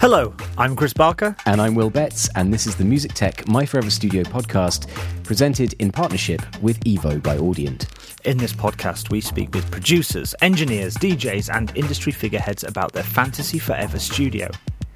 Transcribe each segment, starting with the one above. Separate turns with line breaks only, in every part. Hello, I'm Chris Barker.
And I'm Will Betts, and this is the Music Tech My Forever Studio podcast, presented in partnership with Evo by Audient.
In this podcast, we speak with producers, engineers, DJs, and industry figureheads about their fantasy forever studio.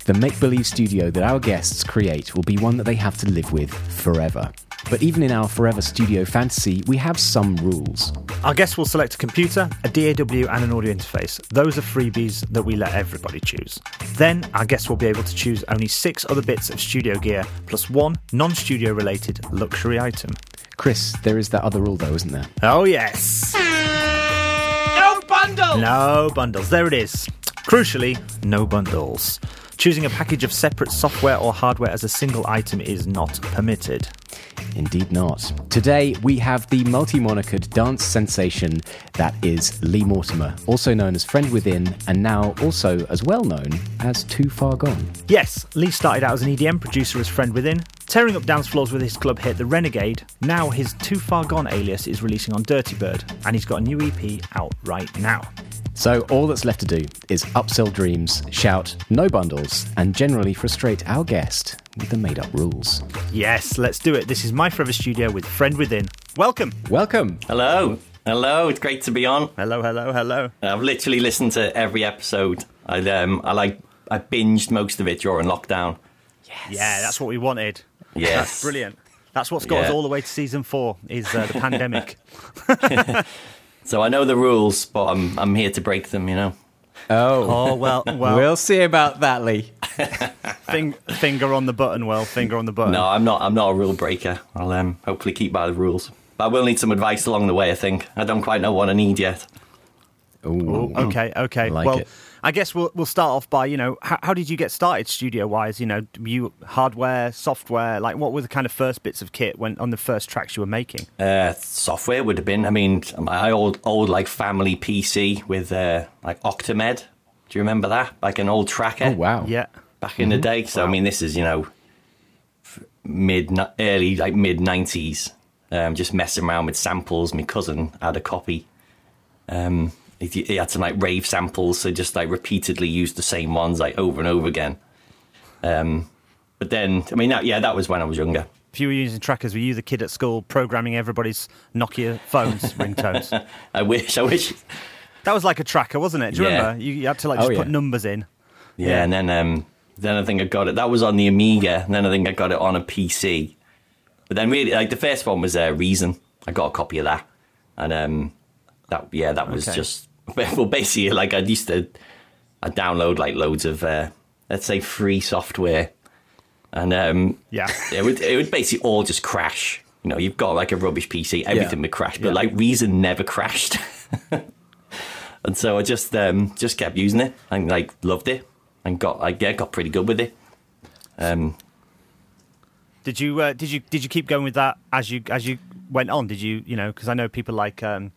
The make believe studio that our guests create will be one that they have to live with forever. But even in our forever studio fantasy, we have some rules.
Our guests will select a computer, a DAW, and an audio interface. Those are freebies that we let everybody choose. Then, our guests will be able to choose only six other bits of studio gear plus one non studio related luxury item.
Chris, there is that other rule though, isn't there?
Oh, yes.
No bundle!
No bundles. There it is. Crucially, no bundles. Choosing a package of separate software or hardware as a single item is not permitted.
Indeed not. Today, we have the multi monikered dance sensation that is Lee Mortimer, also known as Friend Within, and now also as well known as Too Far Gone.
Yes, Lee started out as an EDM producer as Friend Within, tearing up dance floors with his club hit The Renegade. Now his Too Far Gone alias is releasing on Dirty Bird, and he's got a new EP out right now.
So, all that's left to do is upsell dreams, shout no bundles, and generally frustrate our guest with the made up rules.
Yes, let's do it. This is My Forever Studio with Friend Within. Welcome.
Welcome!
Hello. Hello, it's great to be on.
Hello, hello, hello.
I've literally listened to every episode. I um I like I binged most of it during lockdown.
Yeah, that's what we wanted.
Yes.
That's brilliant. That's what's got us
Yeah.
all the way to season four is uh, the pandemic.
So I know the rules, but I'm I'm here to break them, you know.
Oh,
Oh well, well.
we'll see about that, Lee.
Fing- finger on the button. Well, finger on the button.
No, I'm not I'm not a rule breaker. I'll um hopefully keep by the rules. But I will need some advice along the way, I think. I don't quite know what I need yet.
Ooh.
Okay. Okay.
Like
well,
it.
I guess we'll we'll start off by you know how, how did you get started studio wise? You know, you hardware, software. Like, what were the kind of first bits of kit when on the first tracks you were making?
Uh, software would have been. I mean, my old old like family PC with uh, like Octamed. Do you remember that? Like an old tracker.
Oh, wow.
Yeah.
back in the day. So I mean, this is you know f- mid ni- early like mid nineties. Um, just messing around with samples. My cousin had a copy. Um, he, he had some like rave samples, so just like repeatedly used the same ones like over and over again. Um, but then I mean, that, yeah, that was when I was younger.
If you were using trackers, were you the kid at school programming everybody's Nokia phones ringtones?
I wish, I wish.
That was like a tracker, wasn't it? Do you
Yeah.
remember? You, you had to like just
Oh,
put
yeah.
numbers in.
Yeah,
Yeah.
and then um, then I think I got it. That was on the Amiga, and then I think I got it on a PC. But then really, like the first one was uh, Reason. I got a copy of that, and um, that yeah, that was
Okay.
just well, basically like I used to I download like loads of uh, let's say free software, and um,
Yeah.
it would it would basically all just crash. You know, you've got like a rubbish PC, everything
Yeah.
would crash, but like Reason never crashed. and so I just um, just kept using it and like loved it and got like yeah, got pretty good with it. Um,
Did you uh, did you did you keep going with that as you as you went on? Did you you know because I know people like um,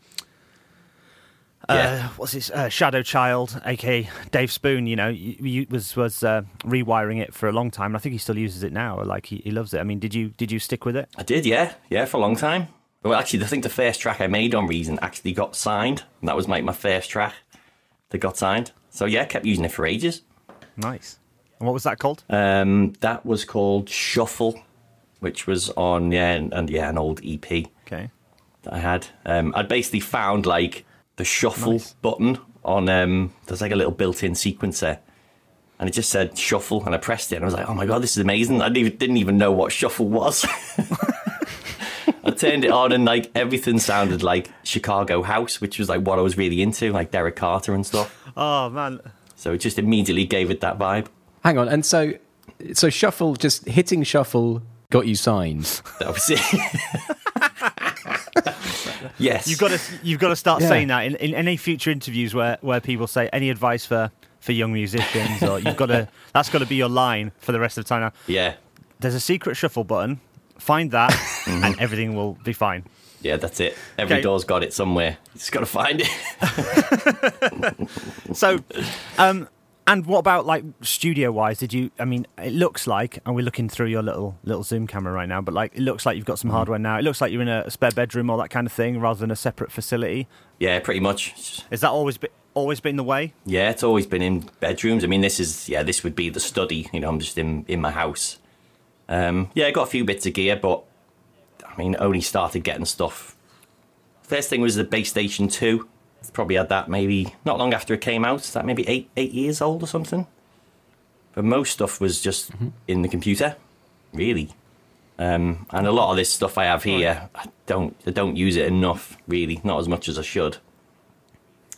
yeah.
uh, what's this uh, Shadow Child, aka Dave Spoon. You know, you, you was was uh, rewiring it for a long time. and I think he still uses it now. Like he, he loves it. I mean, did you did you stick with it?
I did, yeah, yeah, for a long time. Well, actually, I think the first track I made on Reason actually got signed, and that was like my first track that got signed. So yeah, kept using it for ages.
Nice. And what was that called?
Um, that was called Shuffle, which was on yeah, and, and yeah, an old E EP.
Okay.
that I had. Um, I'd basically found like the shuffle button on um, there's like a little built-in sequencer, and it just said shuffle, and I pressed it, and I was like, oh my god, this is amazing! I didn't even, didn't even know what shuffle was. I turned it on, and like everything sounded like Chicago house, which was like what I was really into, like Derek Carter and stuff.
Oh man.
So it just immediately gave it that vibe.
Hang on. And so, so shuffle, just hitting shuffle got you signed.
That was it. yes,
You've got to you've got to start
Yeah.
saying that in, in any future interviews where where people say any advice for for young musicians or you've got to that's got to be your line for the rest of the time. Now,
Yeah,
there's a secret shuffle button. Find that, and everything will be fine.
yeah, that's it. Every
Okay.
door's got it somewhere. You just got to find it.
So, um, and what about like studio wise? Did you? I mean, it looks like, and we're looking through your little little Zoom camera right now, but like it looks like you've got some hardware now. It looks like you're in a spare bedroom or that kind of thing, rather than a separate facility.
Yeah, pretty much.
Is that always? Be- always been the way?
Yeah, it's always been in bedrooms. I mean, this is yeah, this would be the study. You know, I'm just in in my house. Um, yeah, I got a few bits of gear, but I mean, only started getting stuff. First thing was the base station two. Probably had that maybe not long after it came out. Is that maybe eight eight years old or something? But most stuff was just
Mm-hmm.
in the computer, really. Um, and a lot of this stuff I have here, I don't I don't use it enough, really. Not as much as I should.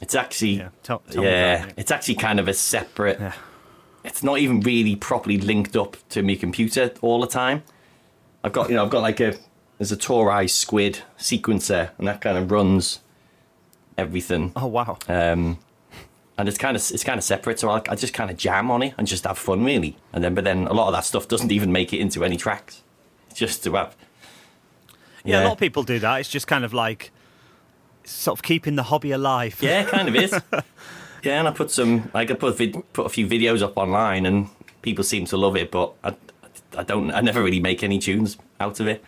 It's actually
Yeah, tell- tell me
yeah,
about it.
it's actually kind of a separate. It's not even really properly linked up to my computer all the time. I've got you know I've got like a there's a Torai Squid sequencer, and that kind of runs everything.
Oh wow!
Um, and it's kind of it's kind of separate, so I, I just kind of jam on it and just have fun, really. And then, but then a lot of that stuff doesn't even make it into any tracks, It's just to have.
yeah. a lot of people do that. It's just kind of like sort of keeping the hobby alive.
Yeah, kind of is. yeah, and I put some, like I put vid- put a few videos up online, and people seem to love it, but I, I don't, I never really make any tunes out of it.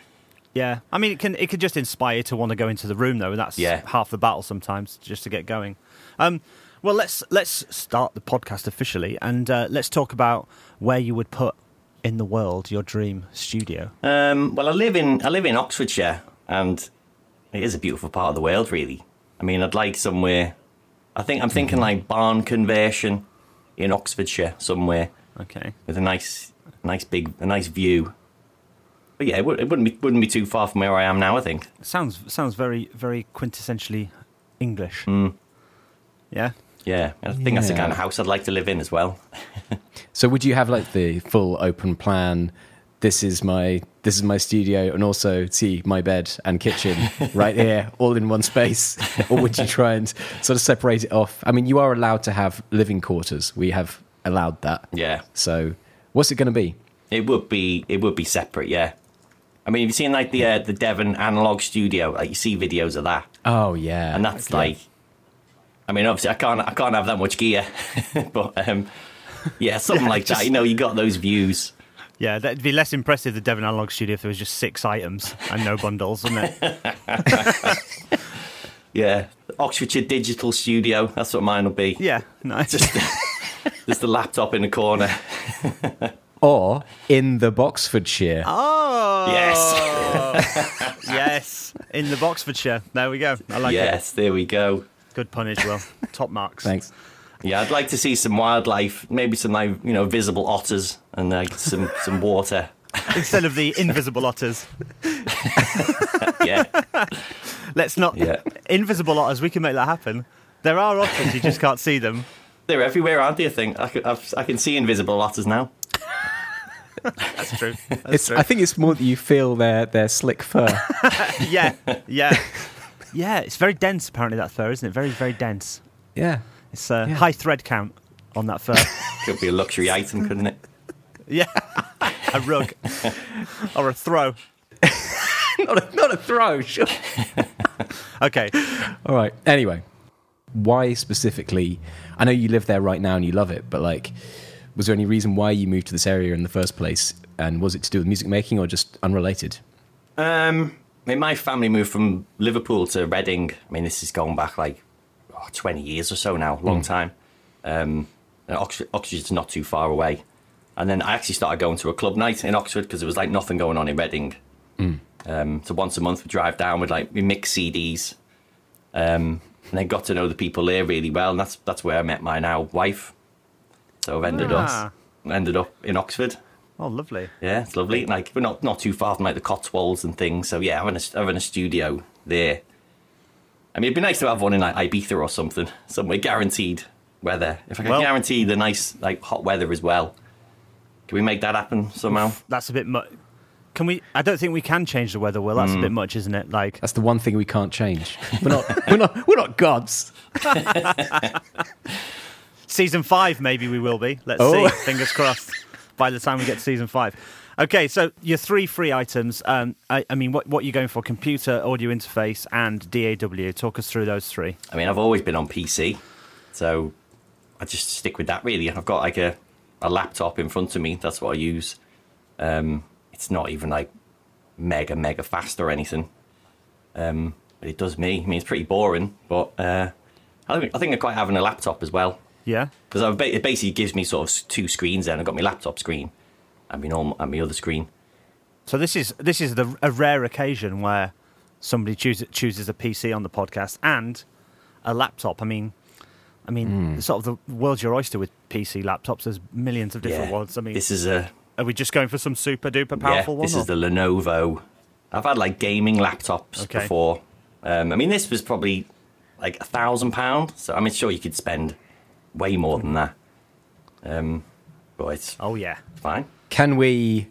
yeah. I mean, it can it can just inspire to want to go into the room though, and that's
Yeah.
half the battle sometimes just to get going. Um, well, let's let's start the podcast officially, and uh, let's talk about where you would put in the world your dream studio.
Um, well, I live in I live in Oxfordshire, and it is a beautiful part of the world, really. I mean, I'd like somewhere. I think I'm thinking like barn conversion in Oxfordshire somewhere
Okay.
with a nice, nice big, a nice view. But yeah, it, would, it wouldn't be wouldn't be too far from where I am now. I think.
Sounds sounds very very quintessentially English. Yeah.
Yeah, I think that's the
Yeah.
kind of house I'd like to live in as well.
So would you have like the full open plan? This is my this is my studio, and also see my bed and kitchen right here, all in one space. Or would you try and sort of separate it off? I mean, you are allowed to have living quarters. We have allowed that.
Yeah,
So what's it going to be?
it would be it would be separate. Yeah, I mean, have you seen like the uh, the Devon Analog Studio? Like you see videos of that.
Oh yeah,
and that's like i mean obviously i can't i can't have that much gear but um yeah something like that you know you got those views
Yeah, that'd be less impressive the Devon Analog Studio if there was just six items and no bundles, wouldn't it?
yeah oxfordshire digital studio that's what mine will be
Yeah, nice.
there's the laptop in the corner
or in the Boxfordshire.
Oh
yes
yes, in the Boxfordshire. There we go. I like it.
yes there we go
Good pun as well. Top marks.
Thanks.
yeah i'd like to see some wildlife maybe some like you know visible otters and like some some water
Instead of the invisible otters,
yeah
let's not
Yeah.
invisible otters. We can make that happen. There are otters, you just can't see them.
they're everywhere aren't they i think i can, I've, I can see invisible otters now
That's true. That's
It's,
true.
I think it's more that you feel their their slick fur.
yeah, yeah, yeah. It's very dense. Apparently, that fur, isn't it? Very, very dense.
yeah,
It's a
Yeah.
high thread count on that fur.
could be a luxury item couldn't it
yeah, a rug or a throw.
not a, not a throw. Sure.
Okay.
All right. Anyway, why specifically? I know you live there right now and you love it, but like, was there any reason why you moved to this area in the first place? And was it to do with music making or just unrelated?
Um, I mean, my family moved from Liverpool to Reading. I mean, this is going back like oh, 20 years or so now, long time. Um, and Oxford, Oxford's not too far away. And then I actually started going to a club night in Oxford because there was like nothing going on in Reading. Um, so once a month we drive down, we'd like we mix CDs, um, and then got to know the people there really well, and that's that's where I met my now wife. So I've ended
Ah.
up ended up in Oxford.
Oh, lovely.
Yeah, it's lovely. Like we're not not too far from like the Cotswolds and things. So yeah, having a having a studio there. I mean, it'd be nice to have one in like Ibiza or something, somewhere guaranteed weather. If I can
Well-
guarantee the nice like hot weather as well, can we make that happen somehow?
That's a bit much. Can we? I don't think we can change the weather. Well, that's a bit much, isn't it? Like,
That's the one thing we can't change. We're not. we're not. We're not gods.
season five, maybe we will be. Let's
Oh.
see. Fingers crossed. By the time we get to season five. Okay, so your three free items. Um, I, I mean, what what you going for? Computer audio interface and DAW. Talk us through those three.
I mean, I've always been on PC, so I just stick with that really. I've got like a, a laptop in front of me. That's what I use. Um, it's not even like mega mega fast or anything, um, but it does me. I mean, it's pretty boring, but uh, I think I think I quite having a laptop as well
Yeah.
because I've ba- it basically gives me sort of s- two screens. Then I've got my laptop screen and my normal and my other screen.
So this is this is the, a rare occasion where somebody chooses chooses a PC on the podcast and a laptop. I mean, I mean, sort of the world's your oyster with PC laptops. There's millions of different ones. I mean,
this is a
are we just going for some super duper
yeah,
powerful one?
this
or-
is the Lenovo. I've had like gaming laptops
Okay.
before. Um, I mean, this was probably like a thousand pound. So I mean, sure you could spend way more than that. Um, but it's
oh yeah.
fine.
Can we?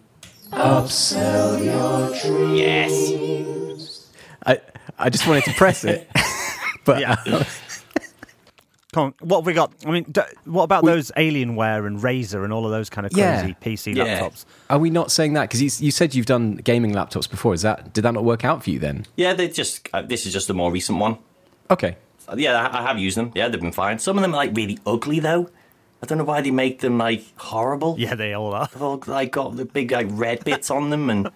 Yes.
I I just wanted to press it, but
Yeah. Come on, what have we got? I mean, d- what about those Alienware and Razer and all of those kind of
Yeah.
crazy PC
Yeah.
laptops?
are we not saying that? Because you, you said you've done gaming laptops before. Is that did that not work out for you then?
Yeah, they just uh, this is just a more recent one.
Okay.
Uh, Yeah, I, I have used them. Yeah, they've been fine. Some of them are like really ugly though. I don't know why they make them like horrible.
Yeah, they all are.
They've all like got the big like red bits on them, and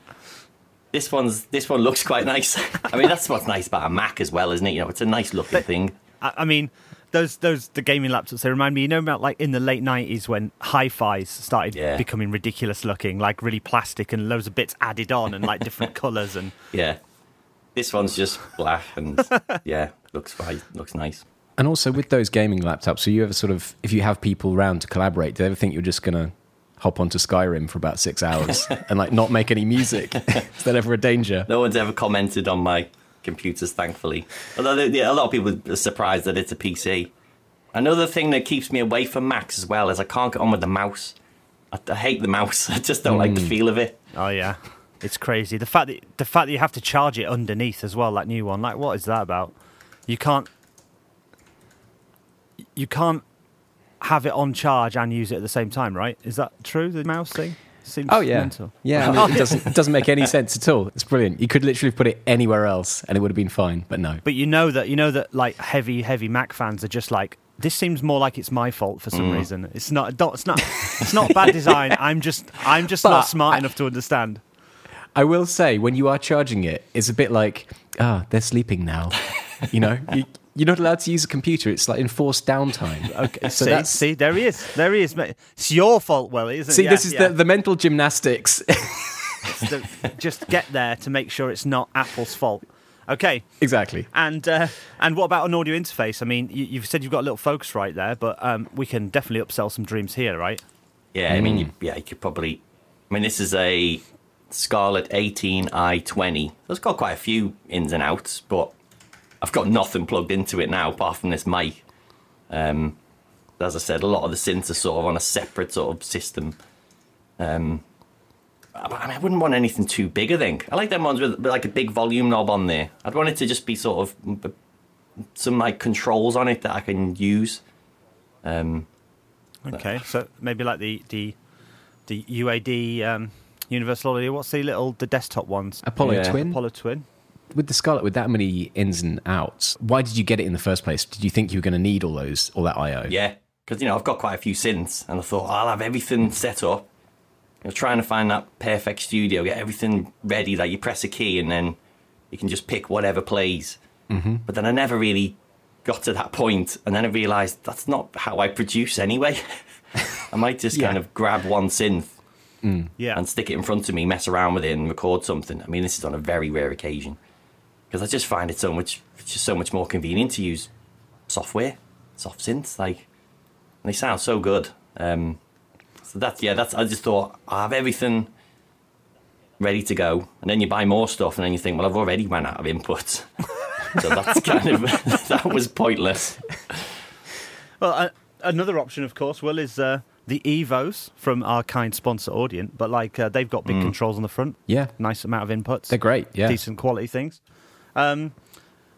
this one's this one looks quite nice. I mean, that's what's nice about a Mac as well, isn't it? You know, it's a nice looking thing.
I, I mean, those those the gaming laptops. They remind me, you know, about like in the late nineties when hi-fi's started
Yeah.
becoming ridiculous looking, like really plastic and loads of bits added on and like different colours and
Yeah, this one's just black, and yeah, looks fine. Looks nice.
And also with those gaming laptops, are you ever sort of if you have people round to collaborate, do they ever think you're just gonna hop onto Skyrim for about six hours and like not make any music? Is that ever a danger?
No one's ever commented on my computers, thankfully. Although there- yeah, a lot of people are surprised that it's a PC. Another thing that keeps me away from Macs as well is I can't get on with the mouse. I, I hate the mouse. I just don't like the feel of it.
oh yeah, it's crazy. The fact that the fact that you have to charge it underneath as well, that new one. Like, what is that about? You can't you can't have it on charge and use it at the same time, right? Is that true? The mouse thing seems
Oh yeah,
mental.
yeah. I mean, it doesn't it doesn't make any sense at all. It's brilliant. You could literally have put it anywhere else, and it would have been fine. But no,
But you know that you know that like heavy heavy Mac fans are just like this seems more like it's my fault for
Mm.
some reason. It's not don't- it's not it's not bad design. I'm just I'm just
But
not smart
I-
enough to understand.
I will say when you are charging it, it's a bit like ah, they're sleeping now. You know, you, you're not allowed to use a computer. It's like enforced downtime. Okay, so
see,
that's
see, there he is. There he is. mate. It's your fault, Willie, isn't
see,
it?
this is the, the mental gymnastics.
the, just get there to make sure it's not Apple's fault. Okay.
exactly.
And uh, and what about an audio interface? I mean, you, you've said you've got a little focus right there, but um, we can definitely upsell some dreams here, right?
Yeah, I mean, you, yeah, you could probably. I mean, this is a Scarlett 18i20. It's got quite a few ins and outs, but I've got nothing plugged into it now apart from this mic. Um, as I said, a lot of the synths are sort of on a separate sort of system. Um, I, I mean, I wouldn't want anything too big. I think I like them ones with, with like a big volume knob on there. I'd want it to just be sort of b- some like controls on it that I can use. Um,
Okay, so maybe like the the the UAD um, Universal Audio. What's the little the desktop ones?
Apollo
Yeah.
Twin
Apollo Twin.
with the Scarlet with that many ins and outs. Why did you get it in the first place? Did you think you were going to need all those, all that IO?
Yeah, because you know I've got quite a few synths, and I thought I'll have everything set up. You know, trying to find that perfect studio, get everything ready. Like you press a key, and then you can just pick whatever plays. Mm-hmm. But then I never really got to that point, and then I realised that's not how I produce anyway. I might just kind
Yeah.
of grab one synth
Yeah,
and stick it in front of me, mess around with it, and record something. I mean, this is on a very rare occasion because I just find it so much, it's just so much more convenient to use software, soft synths. Like, and they sound so good. Um, so that's yeah, that's. I just thought I have everything ready to go, and then you buy more stuff, and then you think, well, I've already run out of inputs. so that's kind of that was pointless.
Well, uh, another option, of course, Will, is uh, the Evos from our kind sponsor Audient, but like uh, they've got big controls on the front.
Mm. Yeah.
nice amount of inputs.
They're great, yeah.
decent quality things. Um,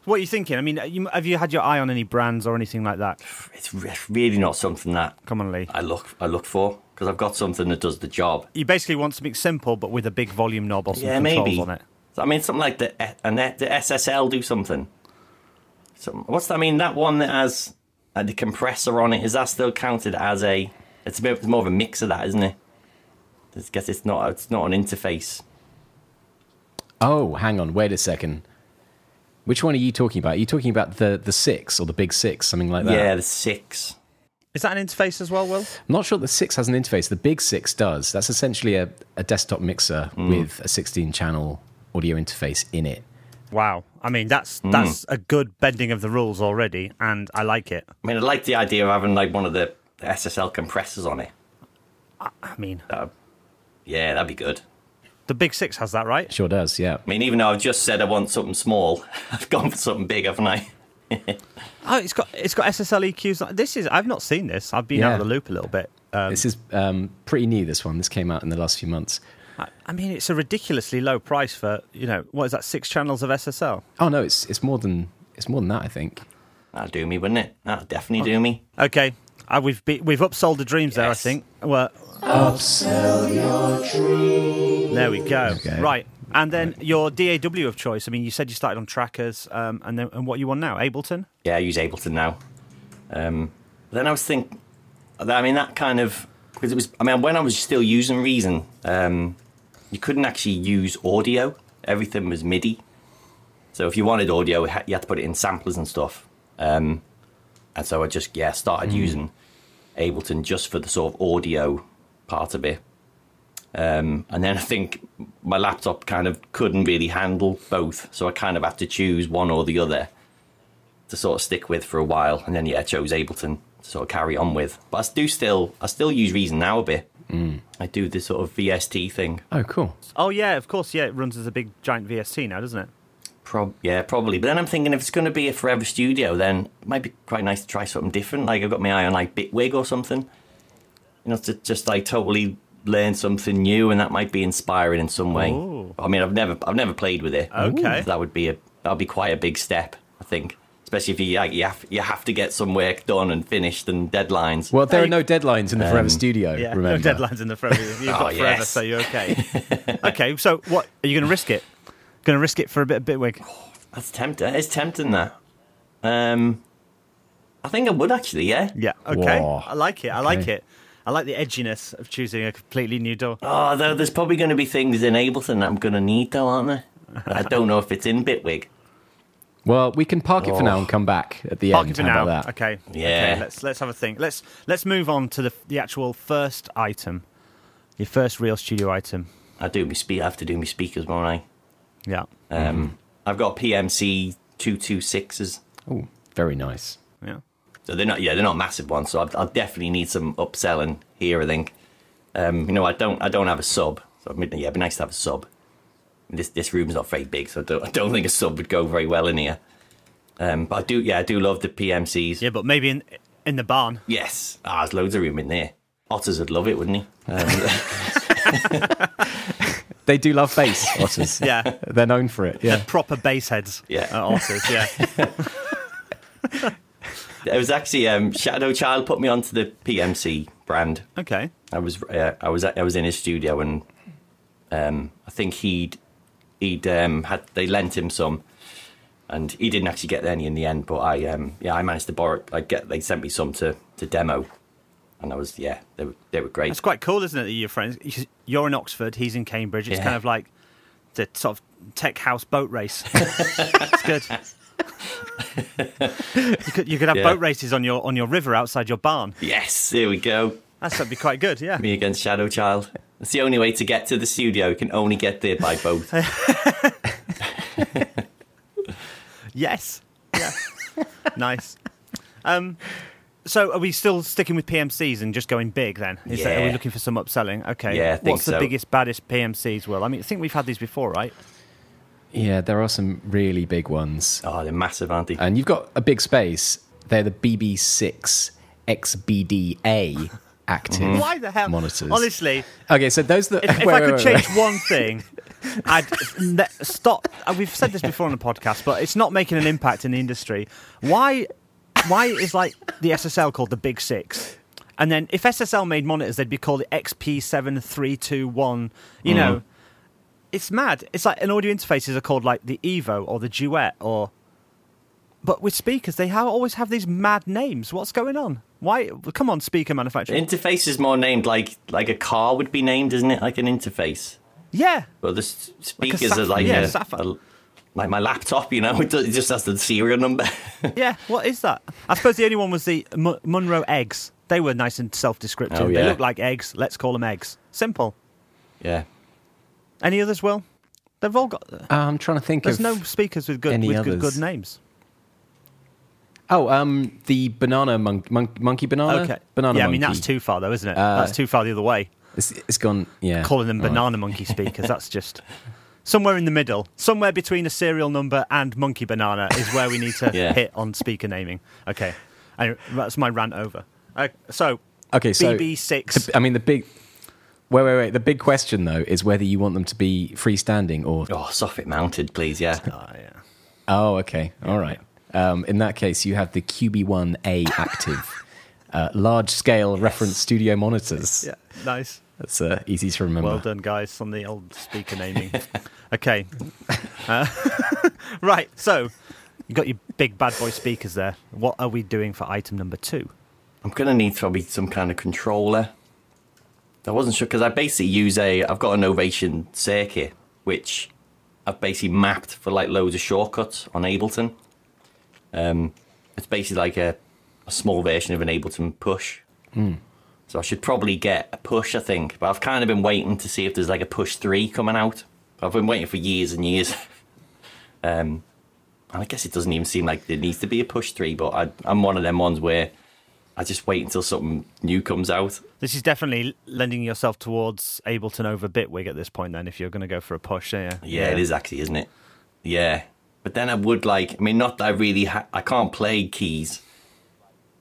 what are you thinking? I mean, you, have you had your eye on any brands or anything like that?
It's re- really not something that
Commonly,
I look I look for because I've got something that does the job.
you basically want something simple but with a big volume knob or some
Yeah,
controls
maybe.
on it.
So, I mean, something like the and the, the SSL do something. Some, what's that? I mean, that one that has uh, the compressor on it is that still counted as a? It's a bit it's more of a mix of that, isn't it? I guess it's not. It's not an interface.
Oh, hang on, wait a second. Which one are you talking about? Are you talking about the, the six or the big six, something like that?
Yeah, the six.
Is that an interface as well, Will?
I'm not sure the six has an interface. The big six does. That's essentially a, a desktop mixer with a 16 channel audio interface in it.
Wow. I mean, that's
Hmm.
that's a good bending of the rules already, and I like it.
I mean, I like the idea of having like one of the the SSL compressors on it.
I mean,
Yeah, that'd be good.
the Big Six has that, right?
Sure does, yeah.
I mean, even though I've just said I want something small, I've gone for something big, haven't I?
Oh, it's got it's got SSL EQs. E This is I've not seen this. I've been out of
Yeah.
the loop a little bit. Um,
This is um, pretty new, this one. This came out in the last few months.
I, I mean, it's a ridiculously low price for you know what is that six channels of SSL?
Oh, no, it's, it's, more, than, it's more than that, I think.
That'd do me, wouldn't it? That'd definitely do me.
Okay, uh, we've be, we've upsold the dreams there. I
Yes.
think. Well, upsell your dreams. There we go.
Okay.
Right, and then your DAW of choice. I mean, you said you started on trackers, um, and then and what you on now? Ableton.
Yeah, I use Ableton now. Um, then I was thinking, I mean, that kind of because it was. I mean, when I was still using Reason, um, you couldn't actually use audio. Everything was MIDI. So if you wanted audio, it ha- you had to put it in samplers and stuff. Um, and so I just yeah started using Ableton just for the sort of audio part of it. Um, and then I think my laptop kind of couldn't really handle both, so I kind of had to choose one or the other to sort of stick with for a while, and then yeah, I chose Ableton to sort of carry on with. But I do still, I still use Reason now a bit. I do this sort of VST thing.
Oh, cool.
Oh yeah, of course. Yeah, it runs as a big giant VST now, doesn't it?
Prob- yeah, probably. But then I'm thinking if it's going to be a forever studio, then it might be quite nice to try something different. Like I've got my eye on like Bitwig or something. You know, to just like totally learn something new, and that might be inspiring in some way.
Ooh.
I mean, I've never, I've never played with it.
Okay.
So that would be a, that'd be quite a big step, I think. Especially if you like, you have, you have to get some work done and finished and deadlines.
Well, there are no deadlines in the Forever
Um,
Studio,
Yeah,
remember.
no deadlines in the forever. You've
Oh,
got forever,
yes.
so you're okay. okay, so what are you going to risk it? Going to risk it for a bit of Bitwig?
That's tempting. It's tempting that. Um, I think I would actually. Yeah.
Yeah. Okay.
Whoa.
I like it. I like
Okay.
it. I like the edginess of choosing a completely new door.
Oh, though there's probably going to be things in Ableton that I'm going to need, though, aren't there? I don't know if it's in Bitwig.
Well, we can park it for now and come back at the
Oh. Park
end.
it for
How
now.
about that?
Okay.
Yeah.
Okay, let's let's have a think. Let's let's move on to the the actual first item. Your first real studio item.
I do me speak. I have to do me speakers, won't I?
Yeah.
Um, I've got PMC two two sixes.
Oh, very nice.
Yeah.
So they're not, yeah, they're not massive ones. So I, I definitely need some upselling here. I think, um, you know, I don't, I don't have a sub. So I mean, yeah, it'd be nice to have a sub. This this room's not very big, so I don't, I don't think a sub would go very well in here. Um, but I do, yeah, I do love the PMCs.
Yeah, but maybe in in the barn.
Yes, ah, there's loads of room in there. Otters would love it, wouldn't he? Um,
They do love bass, otters.
Yeah.
They're known for it. Yeah.
Proper bass heads.
Yeah.
Uh, otters. Yeah.
it was actually um, Shadow Child put me onto the PMC brand.
okay.
I was uh, I was I was in his studio and um, I think he'd he'd um, had they lent him some and he didn't actually get any in the end but I um, yeah I managed to borrow I get they sent me some to, to demo and I was yeah they were they were great
It's quite cool, isn't it? That you're friends. Because You're in Oxford. He's in Cambridge. It's
Yeah.
kind of like the sort of tech house boat race. it's good. you could you could have
Yeah.
boat races on your on your river outside your barn.
yes here we go
That's that'd be quite good. Yeah.
me against Shadow Child it's the only way to get to the studio you can only get there by both
Yes. Yeah. nice. Um. So are we still sticking with PMCs and just going big then? Is that, are we
Yeah.
looking for some upselling? Okay.
Yeah, I think
What's the
so.
biggest, baddest PMCs, Will? I mean, I think we've had these before, right?
Yeah, there are some really big ones.
oh they're massive aren't they
And you've got a big space. They're the BB6 XBDA active
Mm-hmm. Why the hell?
monitors.
Honestly,
Okay, so those that
if I could change one thing, I'd ne- stop. uh, We've said this before on the podcast, but it's not making an impact in the industry. Why? Why is like the SSL called the Big Six? And then if SSL made monitors, they'd be called XP seven three two one. You know, it's mad. It's like an audio interfaces are called like the Evo or the Duet or. But with speakers, they have, always have these mad names. What's going on? Why? Come on, speaker manufacturer.
interface is more named like like a car would be named isn't it like an interface
yeah,
Well, the s- speakers
sapphire-
are like uh,
yeah,
a,
sapphire.
a- like my laptop, you know, it does- it just has the serial number.
Yeah, what is that? I suppose the only one was the M- Munro eggs. They were nice and self-descriptive.
Oh,
They
yeah.
look like eggs. Let's call them eggs. Simple.
yeah.
Any others, Will? They've all got.
I'm trying to think
There's
of
no speakers with good
any
with good,
others?
good names.
Oh, um, the banana mon- mon- monkey banana.
Okay.
Uh, banana.
yeah, I mean
monkey.
that's too far though, isn't it?
Uh,
that's too far the other way.
It's, it's gone. Yeah,
Calling them
All right.
banana monkey speakers. That's just somewhere in the middle, somewhere between a serial number and monkey banana is where we need to
Yeah.
hit on speaker naming. Okay, anyway, that's my rant over. Uh, so
Okay, so
BB6.
the- I mean the big. Wait, wait, wait. The big question though is whether you want them to be freestanding or.
Oh, soffit mounted, please. Yeah.
Ah, yeah.
Oh, okay. All right. Um, in that case, you have the QB1A active, uh, large scale reference studio monitors.
yeah, nice.
That's uh, easy to remember.
Well done, guys, on the old speaker naming. okay. Uh, right, so you got your big bad boy speakers there. What are we doing for item number two?
I'm going to need probably some kind of controller. I wasn't sure because I basically use a, I've got an Ovation circuit, which I've basically mapped for like loads of shortcuts on Ableton. Um, it's basically like a, a small version of an Ableton push. So I should probably get a push, I think. But I've kind of been waiting to see if there's like a push three coming out. I've been waiting for years and years. um, and I guess it doesn't even seem like there needs to be a push three, but I, I'm one of them ones where I just wait until something new comes out.
This is definitely lending yourself towards Ableton over Bitwig at this point, then, if you're going to go for a push. Yeah,
Yeah, it is actually, isn't it? Yeah. But then I would like, I mean, not that I really, ha- I can't play keys,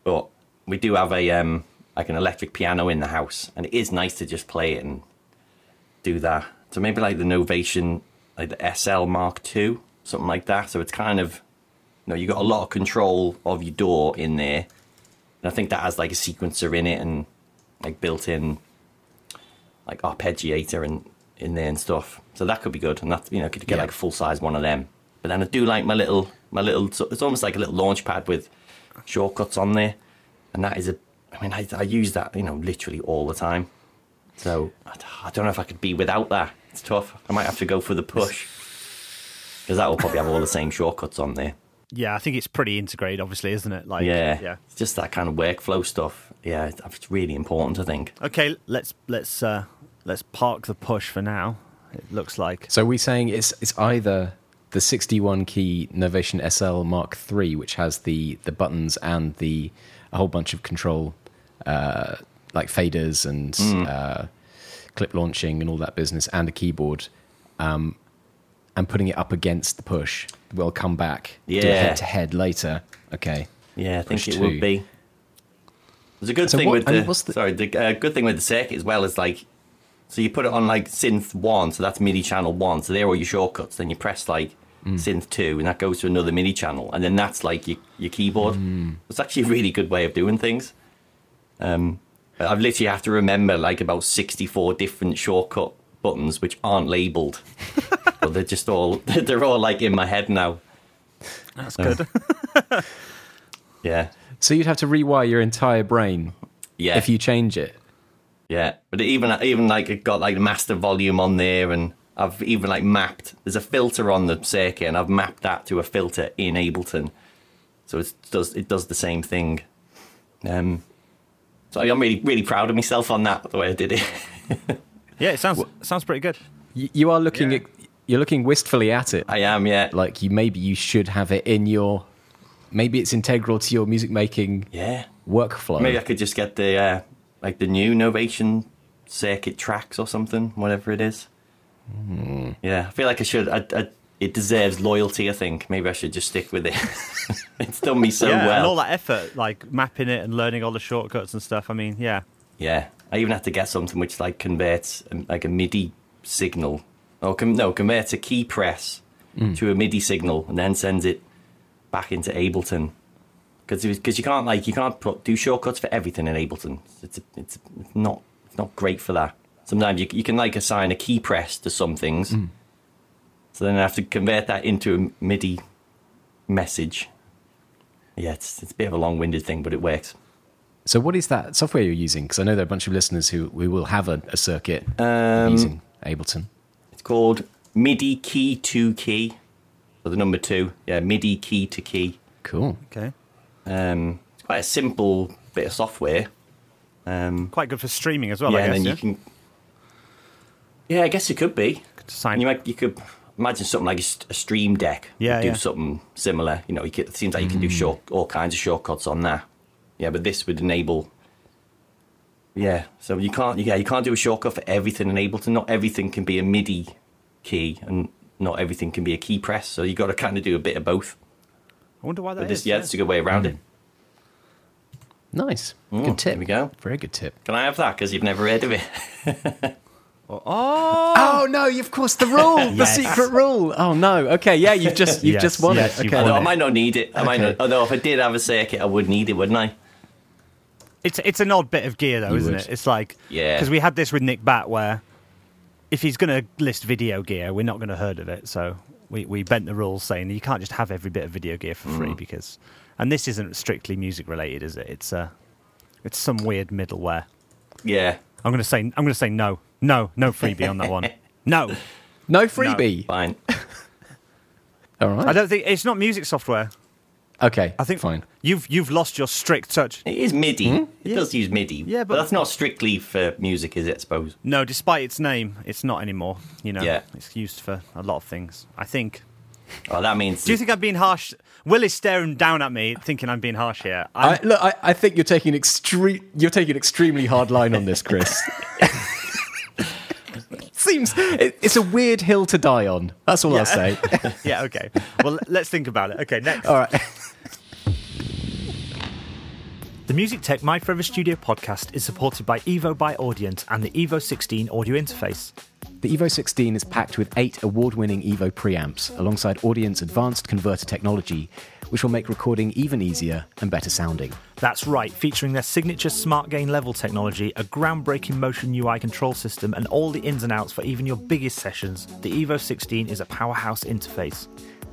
but we do have a, um, like an electric piano in the house, and it is nice to just play it and do that. So maybe like the Novation, like the SL Mark II, something like that. So it's kind of, you know, you got a lot of control of your door in there. And I think that has like a sequencer in it and like built in like arpeggiator and in there and stuff. So that could be good, and that you know could get
Yeah.
like a full size one of them. But then I do like my little my little. so It's almost like a little launch pad with shortcuts on there, and that is a. I mean, I, I use that you know literally all the time. So I, d- I don't know if I could be without that. It's tough. I might have to go for the push because that will probably have all the same shortcuts on there.
Yeah, I think it's pretty integrated, obviously, isn't it? Like,
Yeah,
yeah.
It's just that kind of workflow stuff. Yeah, it's- it's really important. I think.
Okay, let's let's uh, let's park the push for now. It looks like
So we're saying it's it's either the 61 key Novation SL Mark III, which has the the buttons and the a whole bunch of control, uh, like faders and
Hmm.
uh, clip launching and all that business, and a keyboard, um, and putting it up against the push. We'll come back do
Yeah.
head to head later. Okay.
Yeah, I think
Push
it
two.
would be. There's a good
So
thing
what-
with
I
the,
mean, what's the-
sorry. The uh, good thing with the circuit as well is like, so you put it on like synth one, so that's MIDI channel one, so they're all your shortcuts. Then you press like
Mm.
synth two, and that goes to another MIDI channel, and then that's like your your keyboard.
Mm.
It's actually a really good way of doing things. Um, I've literally have to remember like about sixty four different shortcut buttons which aren't labeled, but they're just all they're all like in my head now.
that's good.
Yeah,
So you'd have to rewire your entire brain
yeah.
if you change it.
Yeah, but even even like it got like master volume on there, and I've even like mapped. There's a filter on the circuit, and I've mapped that to a filter in Ableton, so it does it does the same thing. Um, so I'm really really proud of myself on that the way I did it.
yeah, it sounds sounds pretty good.
You, you are looking
Yeah.
at you're looking wistfully at it.
I am, yeah,
like you maybe you should have it in your maybe it's integral to your music making
yeah.
workflow
Maybe I could just get the uh, like the new Novation circuit tracks or something, whatever it is. Yeah, I feel like I should. I, I, it deserves loyalty. I think maybe I should just stick with it. it's done me so
yeah,
Oh, well.
and all that effort, like mapping it and learning all the shortcuts and stuff. I mean, yeah,
Yeah, I even had to get something which like converts um, like a MIDI signal, or com- no, converts a key press to a MIDI signal, and then sends it back into Ableton. Because because you can't like you can't put, do shortcuts for everything in Ableton. It's it's, it's not it's not great for that. Sometimes you you can like assign a key press to some things, so then I have to convert that into a MIDI message. Yeah, it's it's a bit of a long-winded thing, but it works.
so what is that software you're using because i know there are a bunch of listeners who we will have a, a circuit
Um,
using ableton
It's called MIDI Key to Key. So the number two, yeah, MIDI key to key.
Cool.
Okay.
Um, it's quite a simple bit of software. Um,
Quite good for streaming as well,
yeah,
Oh, I guess.
and then
yeah?
you can. Yeah, I guess it could be.
Sign-
And you might you could imagine something like a, st- a Stream Deck. could
Yeah, Hmm.
do
yeah.
something similar. You know, you could, it seems like you can do short all kinds of shortcuts on that. Yeah, but this would enable. Yeah, so you can't. Yeah, you can't do a shortcut for everything in Ableton. Not everything can be a MIDI key, and not everything can be a key press. So you got to kind of do a bit of both.
I wonder why that is.
But
Hmm.
this, yeah,
yeah.
it's a good way around it.
Nice.
Oh,
good tip.
There we go.
Very good tip.
Can I have that? Because you've never heard of it.
Oh,
Oh no! you- Of course, the rule, the
Yes.
secret rule. Oh no! Okay, yeah, you've just you've
Yes,
just won
yes,
it.
you've
Okay,
won
Although I
it.
might not need it. I might
Okay.
not. Although if I did have a circuit, I would need it, wouldn't I?
it's it's an odd bit of gear though,
You
isn't
would.
it? It's like
Yeah.
because we had this with Nick Bat where if he's going to list video gear, we're not going to heard of it. So we we bent the rules saying that you can't just have every bit of video gear for
Mm.
free because and this isn't strictly music related, is it? It's uh it's some weird middleware.
Yeah.
I'm going to say I'm going to say no. No, no freebie on that one. No.
no freebie.
Fine.
All
I
right.
don't think it's not music software.
Okay.
I think
fine.
You've you've lost your strict touch.
It is MIDI. It does use MIDI.
Hmm? Yeah, but-
but that's not strictly for music, is it? I suppose.
No, despite its name, it's not anymore. You know,
Yeah.
it's used for a lot of things. I think.
Oh, that means.
Do you think I'm being harsh? Will is staring down at me, thinking I'm being harsh here. I'm,
I, look, I, I think you're taking extreme. You're taking an extremely hard line on this, Chris. Seems it, it's a weird hill to die on. That's all I'll say.
yeah, okay. Well, let's think about it. Okay, next.
All right.
The Music Tech My Forever Studio podcast is supported by Evo by Audience and the Evo 16 audio interface.
The Evo 16 is packed with eight award winning Evo preamps alongside Audience Advanced Converter technology, which will make recording even easier and better sounding.
That's right, featuring their signature smart gain level technology, a groundbreaking motion UI control system, and all the ins and outs for even your biggest sessions, the Evo 16 is a powerhouse interface.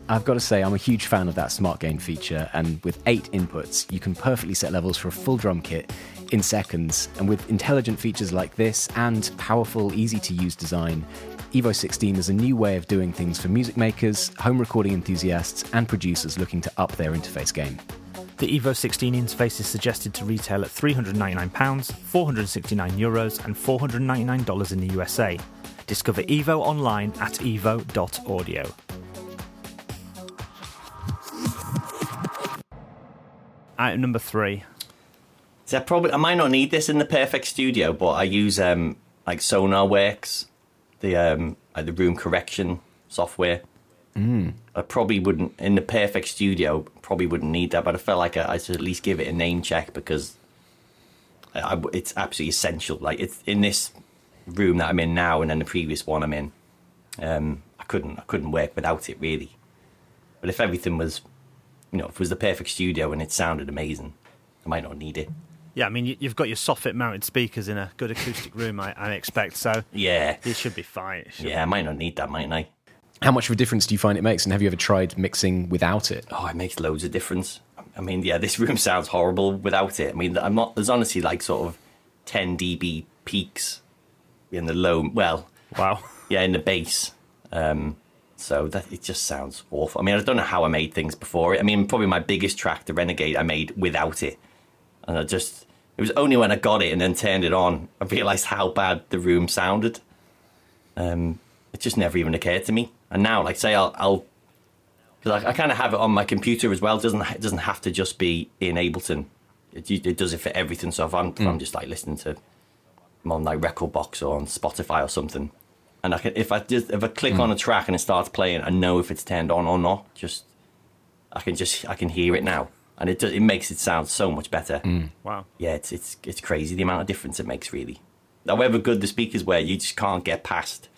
I've got to say, I'm a huge fan of that smart gain feature, and with eight inputs, you can perfectly set levels for a full drum kit in seconds. And with intelligent features like this and powerful, easy to use design, Evo 16 is a new way of doing things for music makers, home recording enthusiasts, and producers looking to up their interface game.
The Evo 16 interface is suggested to retail at £399, €469, Euros, and $499 in the USA. Discover Evo online at evo.audio. Item number three.
So I probably I might not need this in the perfect studio, but I use um like SonarWorks, the um like the room correction software. I probably wouldn't in the perfect studio. Probably wouldn't need that, but I felt like I, I should at least give it a name check because I, I w- it's absolutely essential. Like it's in this room that I'm in now, and then the previous one I'm in. Um, I couldn't I couldn't work without it really. But if everything was, you know, if it was the perfect studio and it sounded amazing, I might not need it.
Yeah, I mean, you- you've got your soffit mounted speakers in a good acoustic room, I, I expect, so
Yeah.
this should be fine. It should-
Yeah, I might not need that, might I?
How much of a difference do you find it makes, and have you ever tried mixing without it?
Oh, it makes loads of difference. I mean, yeah, this room sounds horrible without it. I mean, I'm not. There's honestly like sort of 10 dB peaks in the low. Well,
Wow.
yeah, in the bass. Um, so that it just sounds awful. I mean, I don't know how I made things before it. I mean, probably my biggest track, The Renegade, I made without it, and I just. It was only when I got it and then turned it on, I realised how bad the room sounded. Um, it just never even occurred to me. And now, like, say I'll, I'll because I, I kind of have it on my computer as well. It doesn't it doesn't have to just be in Ableton. It, u- it does it for everything. So if I'm, if I'm just like listening to, I'm on like Record Box or on Spotify or something, and I can if I just if I click on a track and it starts playing, I know if it's turned on or not. Just I can just I can hear it now, and it do, it makes it sound so much better.
Wow.
Yeah, it's it's it's crazy the amount of difference it makes. Really, however good the speakers were, you just can't get past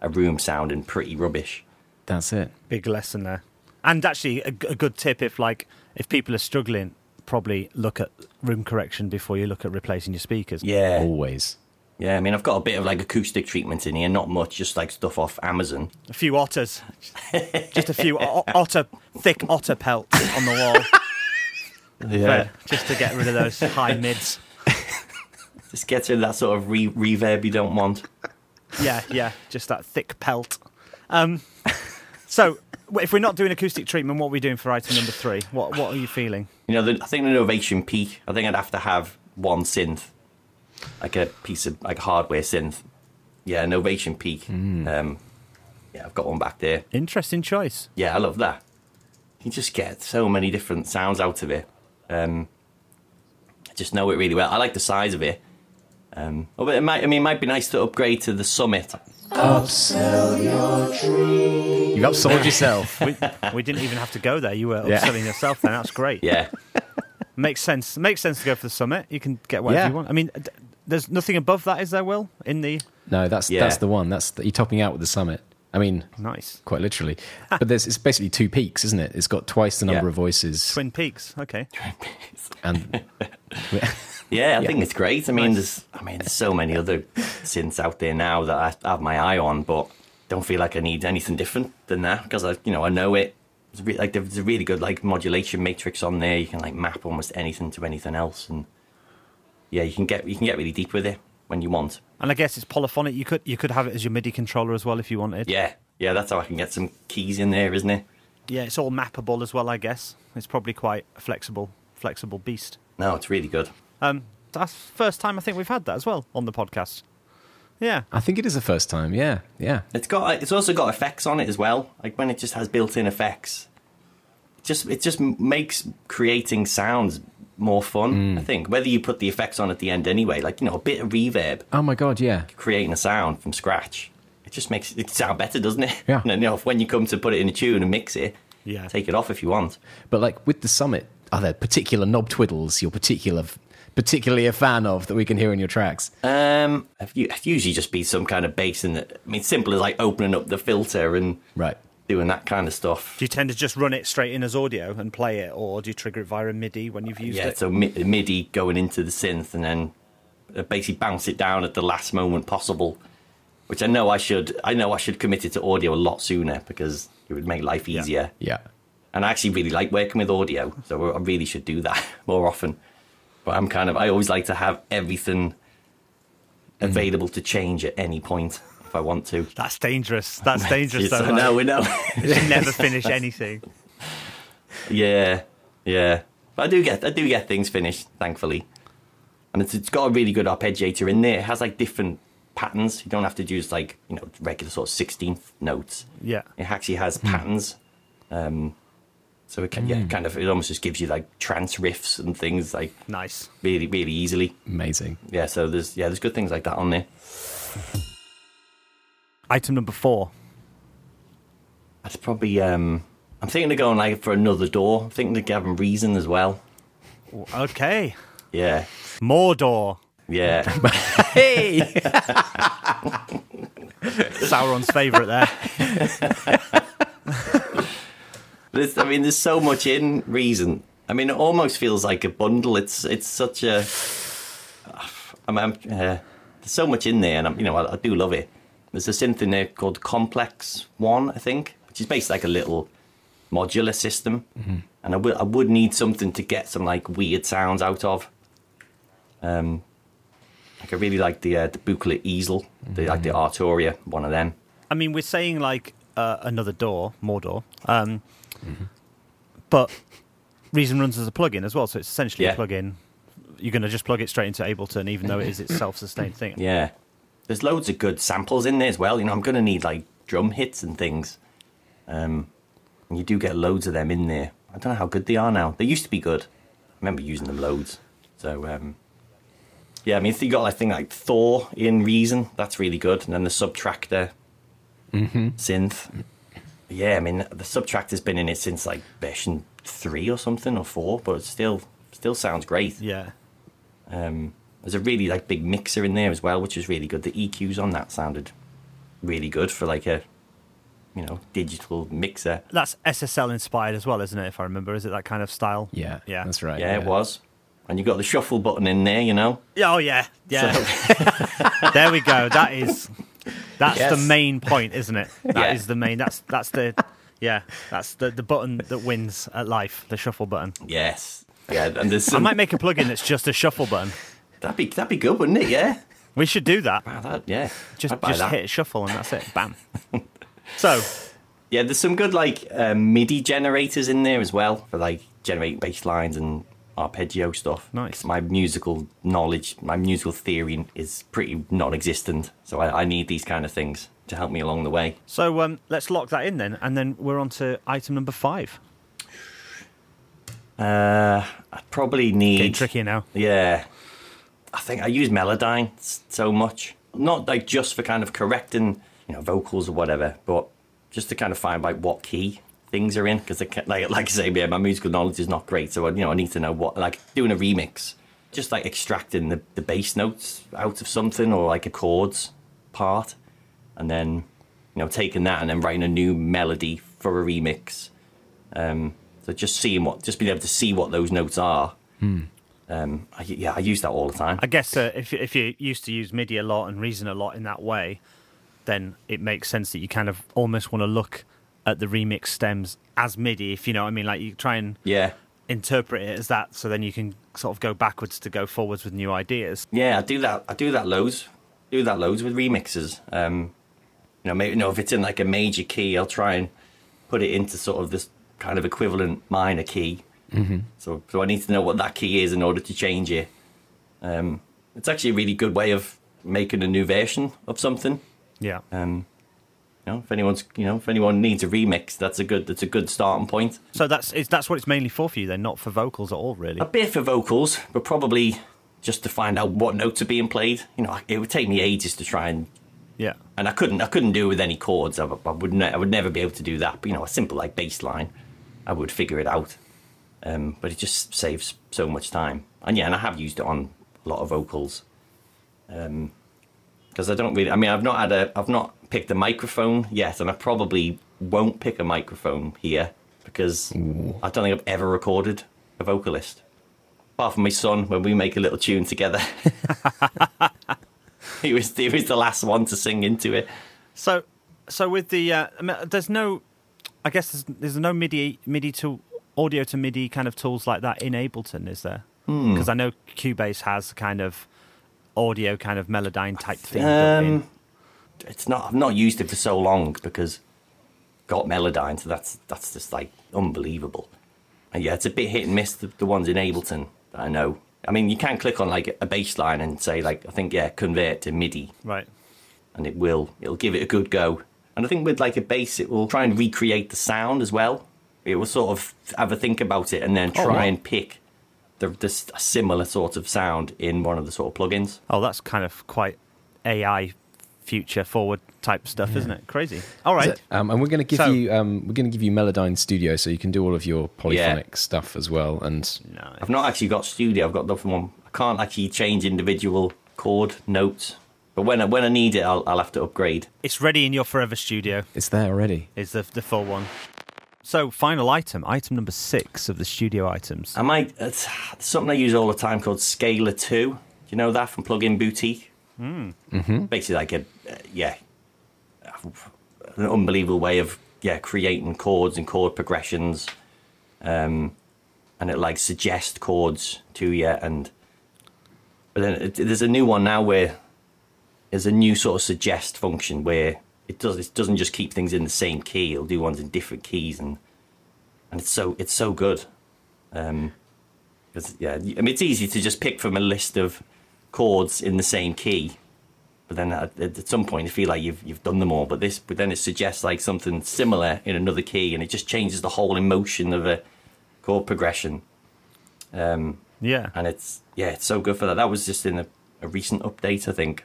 a room sounding pretty rubbish.
That's it.
big lesson there. And actually, a, g- a good tip if like if people are struggling, probably look at room correction before you look at replacing your speakers.
Yeah.
Always.
Yeah, I mean, I've got a bit of like acoustic treatment in here, not much, just like stuff off Amazon.
A few otters, just a few o- otter, thick otter pelts on the wall, Fred, just to get rid of those high mids.
just get rid of that sort of re- reverb you don't want.
Yeah, yeah, just that thick pelt. Um, So, w- if we're not doing acoustic treatment, what are we doing for item number three? What What are you feeling?
You know, the, I think the innovation peak. I think I'd have to have one synth, like a piece of like a hardware synth. Yeah, innovation peak. Um, yeah, I've got one back there.
Interesting choice.
Yeah, I love that. You just get so many different sounds out of it. Um, I just know it really well. I like the size of it. Um, oh, but it might, I mean, it might be nice to upgrade to the Summit.
You've upsold yourself.
We, we didn't even have to go there. You were
Yeah.
upselling yourself. Then that's great.
Yeah,
Makes sense. Makes sense to go for the summit. You can get whatever
Yeah.
you want. I mean, d- there's nothing above that, is there? Will in the
No, that's
Yeah.
that's the one. That's the, you're topping out with the summit. I mean,
nice
quite literally. But there's it's basically two peaks, isn't it? It's got twice the number
Yeah.
of voices,
Twin Peaks. Okay.
and
yeah. I think it's great. I mean, there's, I mean, there's so many other synths out there now that I have my eye on, but don't feel like I need anything different than that because I, you know, I know it. It's re- like there's a really good like modulation matrix on there. You can like map almost anything to anything else, and yeah, you can get you can get really deep with it when you want.
And I guess it's polyphonic. You could you could have it as your MIDI controller as well if you wanted.
Yeah, yeah, that's how I can get some keys in there, isn't it?
Yeah, it's all mappable as well. I guess it's probably quite a flexible flexible beast.
No, it's really good.
Um, that's the first time I think we've had that as well on the podcast. Yeah.
I think it is the first time. Yeah, yeah.
It's got it's also got effects on it as well. Like when it just has built-in effects, it just it just m- makes creating sounds more fun.
Mm.
I think whether you put the effects on at the end anyway, like you know a bit of reverb,
Oh my god, yeah.
creating a sound from scratch, it just makes it sound better, doesn't it?
Yeah.
And then, you know, when you come to put it in a tune and mix it,
Yeah.
take it off if you want.
But like with the summit, are there particular knob twiddles you're particular particularly a fan of that we can hear in your tracks?
Um, if you- it'd usually just be some kind of bass in it. I mean, simple as like opening up the filter and
Right.
doing that kind of stuff.
Do you tend to just run it straight in as audio and play it, or do you trigger it via a MIDI when you've used
Yeah,
it?
so mi- MIDI going into the synth and then uh, basically bounce it down at the last moment possible. Which I know I should. I know I should commit it to audio a lot sooner because it would make life easier.
Yeah.
And I actually really like working with audio, so I really should do that more often. But I'm kind of. I always like to have everything
Mm-hmm.
available to change at any point if I want to.
That's dangerous. That's dangerous.
Yes,
though.
I
like,
know. We know.
You should never finish anything.
Yeah, yeah. But I do get I do get things finished, thankfully. And it's, it's got a really good arpeggiator in there. It has like different patterns. You don't have to use like you know regular sort of sixteenth notes.
Yeah.
It actually has patterns. Um, so it can yeah, kind of it almost just gives you like trance riffs and things like
Nice.
really really easily.
Amazing.
Yeah. So there's yeah there's good things like that on there.
Item number four.
That's probably um, I'm thinking of going like for another door. I'm thinking of Gavin Reason as well.
Okay.
Yeah.
Mordor.
Yeah.
Hey.
Sauron's favourite there.
There's, I mean, there's so much in reason. I mean, it almost feels like a bundle. It's it's such a. I mean, I'm, uh, there's so much in there, and I'm, you know, I, I do love it. There's a synth in there called Complex One, I think, which is basically like a little modular system, and I would I would need something to get some like weird sounds out of. Um, like I really like the uh, the Buchla Easel, the like the Arturia, one of them.
I mean, we're saying like uh, another door, Mordor, um,
Mm-hmm.
but Reason runs as a plugin as well, so it's essentially a
Yeah.
plugin. You're going to just plug it straight into Ableton, even though it is its self-sustained thing.
Yeah. There's loads of good samples in there as well. You know, I'm going to need like drum hits and things. Um, and you do get loads of them in there. I don't know how good they are now. They used to be good. I remember using them loads. So, um, yeah, I mean, if you got like thing like Thor in Reason, that's really good. And then the Subtractor synth. Yeah, I mean, the Subtractor's been in it since like version three or something or four, but it still still sounds great.
Yeah.
Um, there's a really like big mixer in there as well, which is really good. The EQs on that sounded really good for like a you know digital mixer.
That's SSL inspired as well, isn't it? If I remember, is it that kind of style?
Yeah.
Yeah.
That's right.
Yeah, it was. And you got the shuffle button in there, you know.
Yeah, Oh yeah. Yeah.
So-
there we go. That is. That's the
Yes.
main point, isn't it? That is
Yeah.
the main. That's that's the. Yeah. That's the the button that wins at life. The shuffle button.
yes. Yeah, and there's
I
some,
might make a plugin that's just a shuffle button.
that'd be that'd be good, wouldn't it? Yeah.
We should do that.
Wow, that, yeah.
Just
I'd buy
just
that.
hit shuffle and that's it. Bam. so,
Yeah, there's some good like um, MIDI generators in there as well for like generating bass lines and arpeggio stuff.
Nice.
My musical knowledge, my musical theory is pretty non-existent, so I, I need these kind of things to help me along the way.
So um, let's lock that in then, and then we're on to item number five.
Uh, I probably
Getting
need.
trickier now.
Yeah, I think I use Melodyne s- so much, not like just for kind of correcting you know vocals or whatever, but just to kind of find like what key things are in because like like I say, yeah, my musical knowledge is not great, so I, you know I need to know what like doing a remix, just like extracting the the bass notes out of something or like a chords part, and then you know taking that and then writing a new melody for a remix. Um, so just seeing what, just being able to see what those notes are. Um, I, yeah, I use that all the time.
I guess uh, if if you used to use MIDI a lot and Reason a lot in that way, then it makes sense that you kind of almost want to look at the remix stems as MIDI, if you know what I mean. Like you try and
yeah,
interpret it as that, so then you can sort of go backwards to go forwards with new ideas.
yeah, I do that. I do that loads. Do that loads with remixes. Um, you know, maybe you know if it's in like a major key, I'll try and put it into sort of this kind of equivalent minor key. Mm-hmm. So, so I need to know what that key is in order to change it. Um, it's actually a really good way of making a new version of something.
Yeah.
Um, you know, if anyone's, you know, if anyone needs a remix, that's a good, that's a good starting point.
So that's it's, that's what it's mainly for for you then, not for vocals at all, really.
A bit for vocals, but probably just to find out what notes are being played. You know, it would take me ages to try and,
Yeah.
and I couldn't, I couldn't do it with any chords. I, would- I would, ne- I would never be able to do that. But, you know, a simple like bass line, I would figure it out. Um, but it just saves so much time. And yeah, and I have used it on a lot of vocals. Um 'cause because I don't really, I mean, I've not had a, I've not picked a microphone yet, and I probably won't pick a microphone here because I don't think I've ever recorded a vocalist apart from my son when we make a little tune together. he was he was the last one to sing into it.
So, so with the uh, I mean, there's no, I guess there's, there's no MIDI MIDI to audio to MIDI kind of tools like that in Ableton, is there? Because I know Cubase has kind of audio kind of Melodyne type thing. built in.
Um, it's not I've not used it for so long because got Melodyne, so that's that's just like unbelievable. And yeah, it's a bit hit and miss the, the ones in Ableton that I know. I mean, you can click on like a bass line and say like I think yeah, convert to MIDI,
right.
and it will it'll give it a good go. And I think with like a bass, it will try and recreate the sound as well. It will sort of have a think about it and then try
wow.
and pick the, the s- a similar sort of sound in one of the sort of plugins.
Oh, that's kind of quite AI future forward type stuff, isn't it? Crazy. All right.
Um, and we're going to give
So-
you um, we're going to give you Melodyne Studio, so you can do all of your polyphonic
Yeah.
stuff as well. And
No.
I've not actually got Studio. I've got the one. I can't actually change individual chord notes. But when I, when I need it, I'll, I'll have to upgrade.
It's ready in your forever studio.
it's there already.
Is the the full one. So final item, item number six of the studio items.
I might it's something I use all the time called Scalar Two. Do you know that from Plugin Boutique? Mm. hmm Basically, like a uh, yeah, an unbelievable way of yeah creating chords and chord progressions, um, and it like suggests chords to you. And but then it, there's a new one now where there's a new sort of suggest function where it does it doesn't just keep things in the same key; it'll do ones in different keys, and and it's so it's so good. Um, 'cause, yeah, I mean, it's easy to just pick from a list of chords in the same key, but then at, at some point you feel like you've you've done them all. But this, but then it suggests like something similar in another key, and it just changes the whole emotion of a chord progression. Um,
yeah.
and it's yeah, it's so good for that. That was just in a, a recent update, I think.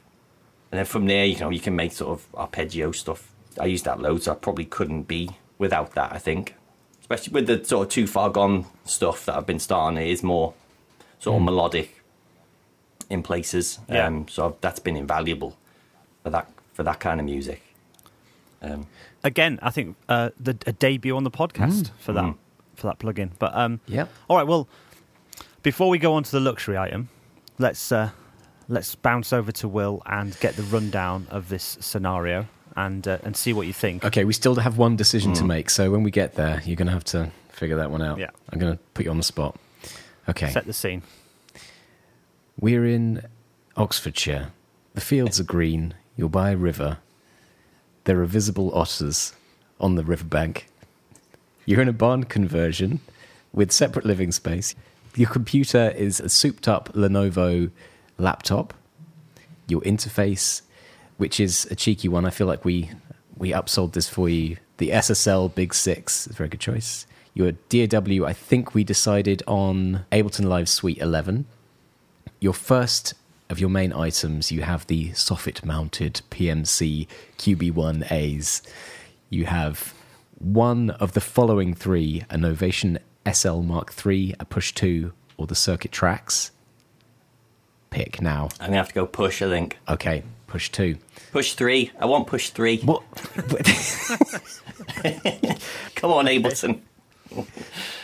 And then from there, you know, you can make sort of arpeggio stuff. I use that loads. I probably couldn't be without that. I think, especially with the sort of too far gone stuff that I've been starting, it is more sort of melodic in places.
Yeah.
Um, so I've, that's been invaluable for that for that kind of music. Um,
again, I think uh, the a debut on the podcast for that
Mm.
for that plugin. But um,
Yep.
all right. Well, before we go on to the luxury item, let's uh, let's bounce over to Will and get the rundown of this scenario and uh, and see what you think. Hmm.
Okay, we still have one decision to make. So when we get there, you're going to have to figure that one out.
Yeah.
I'm going to put you on the spot. Okay.
Set the scene.
We're in Oxfordshire. The fields are green. You're by a river. There are visible otters on the riverbank. You're in a barn conversion with separate living space. Your computer is a souped up Lenovo laptop. Your interface, which is a cheeky one, I feel like we we upsold this for you. The SSL Big Six is a very good choice. Your DAW, I think we decided on Ableton Live Suite 11 your first of your main items, you have the soffit mounted PMC QB1As. You have one of the following three a Novation SL Mark III, a Push 2, or the Circuit Tracks. Pick now.
I'm gonna have to go push. I think
Okay, Push 2.
push three. I want push three.
What?
Come on, Ableton.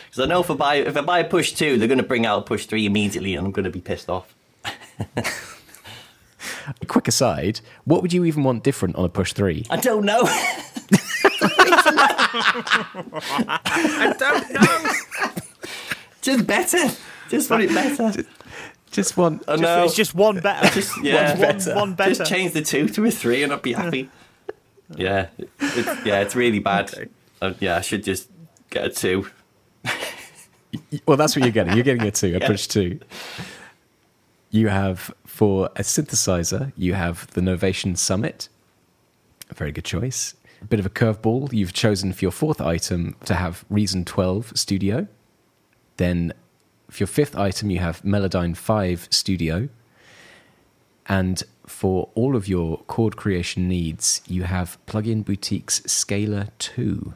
Because I know if I buy if I buy a push two, they're gonna bring out push three immediately, and I'm gonna be pissed off.
Quick aside, what would you even want different on a Push 3?
I don't know.
I don't know.
Just better. Just want it better.
Just want.
I know.
It's just one better.
Just- yeah,
one, one, one better.
Just change the two to a three, and I'd be happy. yeah, it's, yeah, it's really bad. Uh, yeah, I should just get a two.
Well, that's what you're getting. You're getting a two, a push two. You have for a synthesizer, you have the Novation Summit. A very good choice. A bit of a curveball. You've chosen for your fourth item to have Reason 12 Studio. Then for your fifth item, you have Melodyne 5 Studio. And for all of your chord creation needs, you have Plugin Boutique's Scalar 2.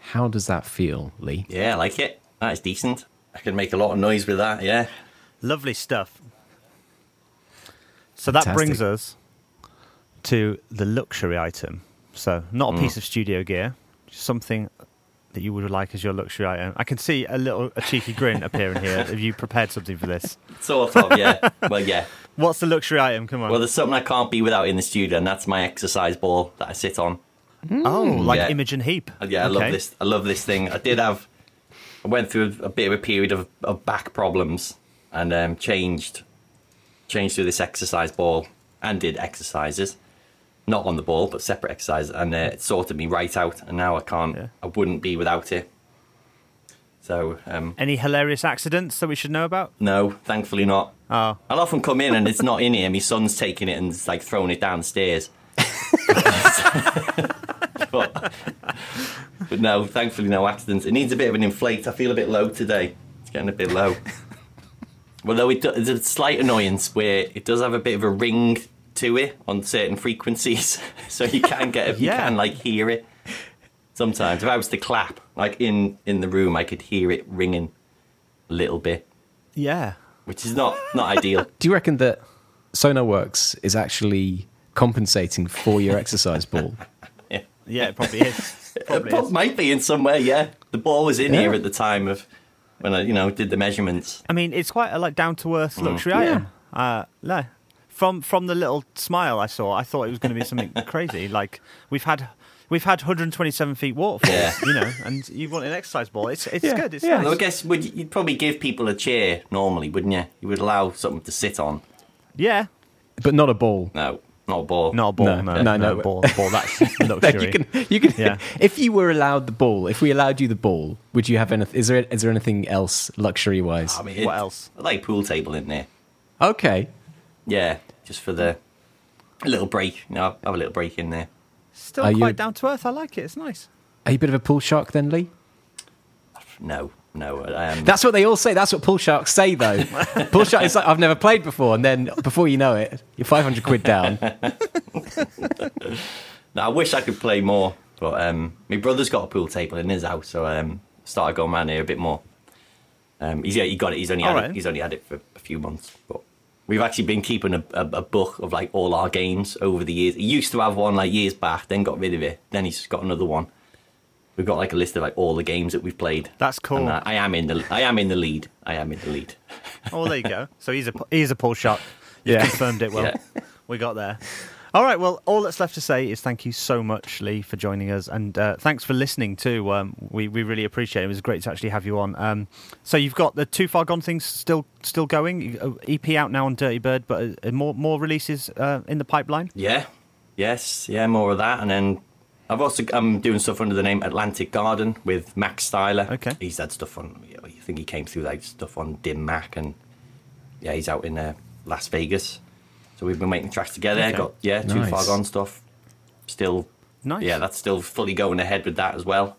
How does that feel, Lee?
Yeah, I like it. That is decent. I can make a lot of noise with that. Yeah.
Lovely stuff. So that
Fantastic.
brings us to the luxury item. So not a
Mm.
piece of studio gear, just something that you would like as your luxury item. I can see a little a cheeky grin appearing here. Have you prepared something for this?
Sort of, yeah. well, yeah.
What's the luxury item? Come on.
Well, there's something I can't be without in the studio, and that's my exercise ball that I sit on.
oh, like
yeah.
Imogen Heap.
Uh, Yeah, I
Okay.
love this. I love this thing. I did have. I went through a, a bit of a period of, of back problems and um, changed, changed to this exercise ball and did exercises, not on the ball but separate exercises, and uh, it sorted me right out. And now I can't.
Yeah.
I wouldn't be without it. So um,
Any hilarious accidents that we should know about?
no, thankfully not.
Oh,
I'll often come in and it's not in here. My son's taking it and it's like throwing it downstairs. but, but no, thankfully no accidents. It needs a bit of an inflate. I feel a bit low today. It's getting a bit low. Well, though it do, there's a slight annoyance where it does have a bit of a ring to it on certain frequencies, so you can get you
Yeah.
can like hear it sometimes. If I was to clap like in in the room, I could hear it ringing a little bit,
yeah.
which is not not ideal.
Do you reckon that SonarWorks is actually compensating for your exercise ball?
Yeah.
Yeah, it probably is. Probably
It
is.
might be in somewhere, yeah. The ball was in
Yeah.
here at the time of when I, you know, did the measurements.
I mean, it's quite a like down to earth luxury
Mm. Yeah.
item. Uh, no. From from the little smile I saw, I thought it was going to be something crazy. Like we've had we've had 127 feet waterfalls,
Yeah.
you know, and you want an exercise ball. It's it's
Yeah,
good. It's
yeah.
nice.
Well, I guess would you'd probably give people a chair normally, wouldn't you? You would allow something to sit on.
Yeah.
But not a ball.
No, not a ball.
Not a ball. No,
No,
no,
no, no.
ball. Ball. That's luxury.
That you can, you can.
Yeah.
If you were allowed the ball, if we allowed you the ball, would you have anything? Is there is there anything else luxury wise?
I mean,
What
it-
else?
I like pool table in there.
okay,
Yeah, just for the a little break. You know, have a little break in there.
Still
Are
quite
you-
down to earth. I like it. It's nice.
are you a bit of a pool shark then, Lee?
No, no. Um,
That's what they all say. That's what pool sharks say though. pool shark is like I've never played before, and then before you know it, you're 500 quid down.
no, I wish I could play more, but um, my brother's got a pool table in his house, so um, started going around here a bit more. Um, he's yeah, he got it. He's only
All
had
right.
it, he's only had it for a few months, but we've actually been keeping a, a, a book of like all our games over the years. He used to have one like years back, then got rid of it. Then he's got another one. We've got like a list of like all the games that we've played.
That's cool.
And I, I am in the I am in the lead. I am in the lead.
Oh, there you go. So he's a he's a pull shot. You
Yeah.
have confirmed it. Well,
Yeah.
we got there. All right. Well, all that's left to say is thank you so much, Lee, for joining us, and uh, thanks for listening too. Um, we we really appreciate it. It was great to actually have you on. Um, so you've got the Too Far Gone things still still going. You- uh, EP out now on Dirty Bird, but uh, more more releases uh, in the uh, pipeline.
Yeah. Yes. Yeah. More of that, and then I've also I'm doing stuff under the name Atlantic Garden with Max Styler.
Okay.
he's had stuff on. I think he came through like stuff on Dim Mac, and yeah, he's out in uh, Las Vegas. So we've been making tracks together.
Okay.
Got yeah, too
Nice.
far gone stuff. Still,
Nice.
yeah, that's still fully going ahead with that as well.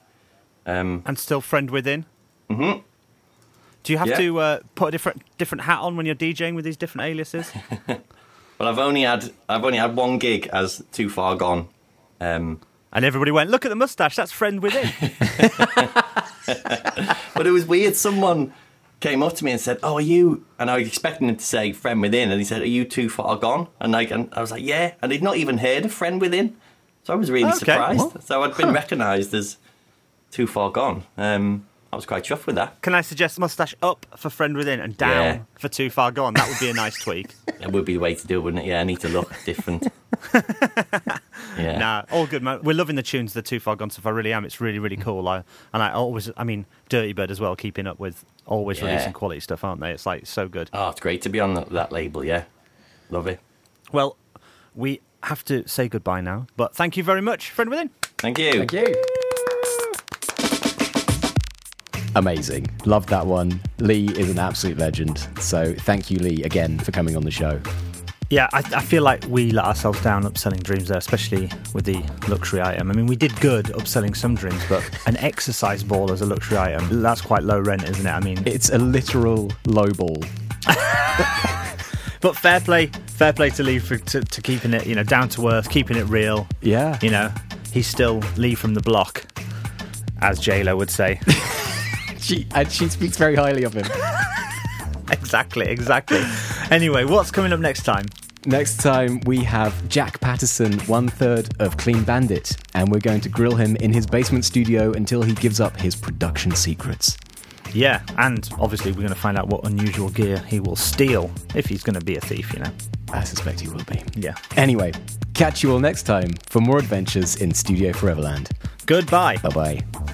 and still friend within. Mm-hmm. Do you have
Yeah.
to uh, put a different different hat on when you're DJing with these different aliases?
But I've only had I've only had one gig as Too Far Gone. Um,
and everybody went, "Look at the mustache. That's friend within."
but it was weird. Someone came up to me and said, "Oh, are you?" And I was expecting him to say "Friend Within," and he said, "Are you too far gone?" And like, and I was like, "Yeah," and he'd not even heard of "Friend Within," so I was really
Okay.
surprised.
What?
So I'd been recognised as too far gone. Um, I was quite chuffed with that.
Can I suggest mustache up for friend within and down
Yeah.
for too far gone? That would be a nice tweak.
That would be the way to do it, wouldn't it? Yeah, I need to look different. yeah.
Nah, all good, man. We're loving the tunes, the Too Far Gone stuff. I really am. It's really, really cool. I, and I always, I mean, Dirty Bird as well, keeping up with always
Yeah.
releasing quality stuff, aren't they? It's like so good.
Oh, it's great to be on that, that label. Yeah, love it.
Well, we have to say goodbye now, but thank you very much, friend within.
Thank you.
Thank you. Amazing. Loved that one. Lee is an absolute legend. So thank you, Lee, again for coming on the show.
Yeah, I, I feel like we let ourselves down upselling dreams there, especially with the luxury item. I mean, we did good upselling some dreams, but an exercise ball as a luxury item, that's quite low rent, isn't it? I mean,
It's a literal lowball.
But fair play, fair play to Lee for to, to keeping it, you know, down to earth, keeping it real.
Yeah.
You know, he's still Lee from the block, as J Lo would say.
She and she speaks very highly of him.
exactly, exactly. Anyway, what's coming up next time?
Next time, we have Jack Patterson, one third of Clean Bandit, and we're going to grill him in his basement studio until he gives up his production secrets.
Yeah, and obviously we're going to find out what unusual gear he will steal if he's going to be a thief. You know.
I suspect he will be.
Yeah.
Anyway, catch you all next time for more adventures in Studio Foreverland.
Goodbye.
Bye bye.